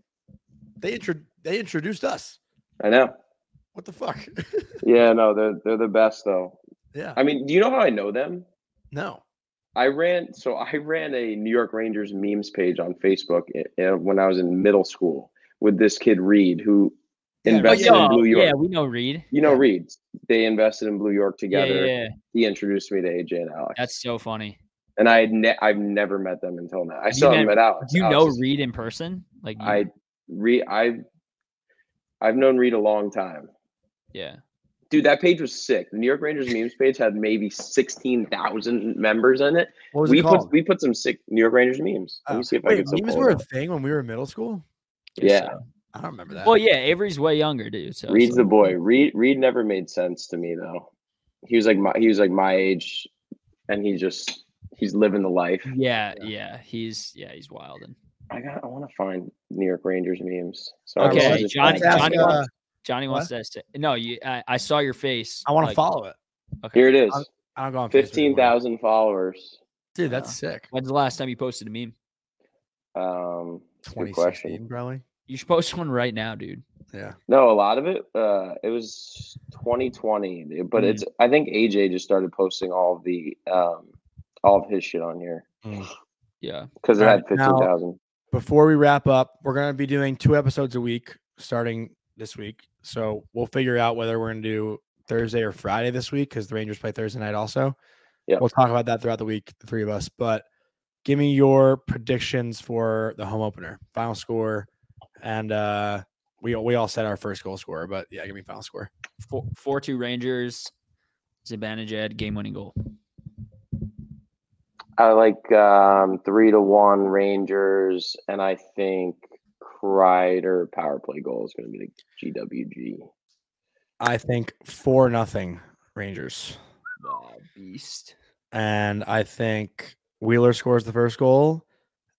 B: They intro- they introduced us.
D: I know.
B: What the fuck?
D: Yeah, no, they're they're the best though.
B: yeah.
D: I mean, do you know how I know them?
B: no.
D: I ran so I ran a New York Rangers memes page on Facebook i- i- when I was in middle school with this kid Reed who
B: Yeah,
C: Oh,
D: invested
C: yeah,
D: in Blue York.
C: yeah, we know Reed.
D: You know Reed. They invested in Blue York
C: Yeah,
D: together.
C: yeah, yeah.
D: He introduced me to AJ and Alex.
C: that's so funny.
D: and I had ne- I've never met them until now.
C: Have
D: I
C: you
D: still haven't
C: met-
D: met Alex.
C: Do you
D: Alex
C: know
D: is-
C: Reed in person? Like, you-
D: I re I've I've known Reed a long time.
C: yeah,
D: Dude, that page was sick. The New York Rangers memes page had maybe sixteen thousand members in it.
B: What was
D: we
B: it called?
D: put we put some sick New York Rangers memes. Let
B: Oh,
D: me see if I
B: Wait,
D: can
B: memes were a thing when we were in middle school.
C: guess
D: Yeah.
C: so.
B: I don't remember that.
C: uh, Well, yeah, Avery's way younger, dude. So
D: Reed's
C: so-
D: the boy. Reed Reed never made sense to me though. He was like my he was like my age, and he just he's living the life.
C: Yeah, yeah, he's yeah, he's wild. And
D: I got I want to find New York Rangers memes. So
B: All right, well,
C: okay,
B: let's-
C: Johnny,
B: let's ask,
C: Johnny,
B: uh,
C: wants, Johnny wants us to. No, you. I, I saw your face.
B: I want to
C: like,
B: follow it.
D: Here it is.
B: I don't go on Facebook anymore.
D: Fifteen thousand followers.
B: Dude, that's sick.
C: When's the last time you posted a meme?
D: Um, good question.
B: 2016, probably.
C: You should post one right now, dude.
B: Yeah.
D: No, a lot of it. Uh, it was 2020, it- but
C: Mm.
D: it's. I think AJ just started posting all of the um, all of his shit on here
C: Yeah,
D: because it
B: All
D: had
B: right, now-
D: fifteen thousand.
B: Before we wrap up, we're going to be doing two episodes a week starting this week. So we'll figure out whether we're going to do Thursday or Friday this week because the Rangers play Thursday night also.
D: Yep.
B: We'll talk about that throughout the week, the three of us. But give me your predictions for the home opener, final score, and uh we we all said our first goal scorer, but yeah, give me final score.
C: four, four two Rangers. Zibanejad game winning goal.
D: I like um, three to one Rangers, and I think Kreider power play goal is going to be the GWG.
B: I think four nothing Rangers.
C: Wow, beast.
B: and I think Wheeler scores the first goal.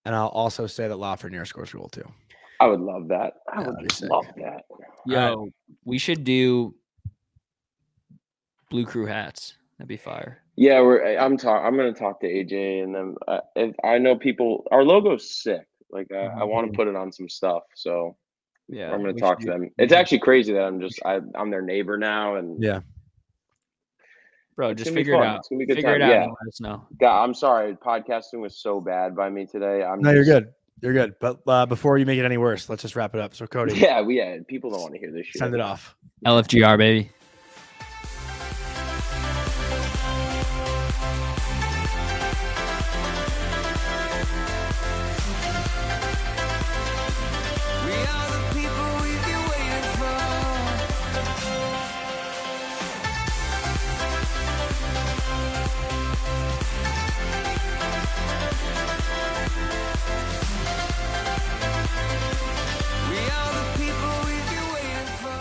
B: And I'll also say that Lafreniere scores a goal too.
D: I would love that. I
B: Yeah,
D: would
B: that'd be sick.
D: love that.
B: right.
C: Yo, we should do blue crew hats. That'd be fire.
D: Yeah, we're. I- I'm talk. I'm gonna talk to AJ and then uh, if I know people. Our logo's sick. Like uh, I
B: Mm-hmm.
D: want to put it on some stuff. So
C: Yeah,
D: I'm gonna
C: we
D: talk
C: should
D: to
C: do-
D: them. It's actually crazy that I'm just I, I'm their neighbor now, and
B: Yeah.
C: bro.
D: It's
C: Just
D: gonna be
C: figure it
D: fun.
C: out.
D: It's gonna be a good
C: Figure it
D: time.
C: out.
D: Yeah.
C: and let us know.
D: God, I'm sorry, podcasting was so bad by me today. I'm
B: No, you're
D: just-
B: good. You're good. But uh, before you make it any worse, let's just wrap it up. So, Cody,
D: Yeah, we yeah. People don't want to hear this shit.
B: send it off.
C: LFGR baby.
G: We are the people you've been waiting for. We are the people we've been waiting for.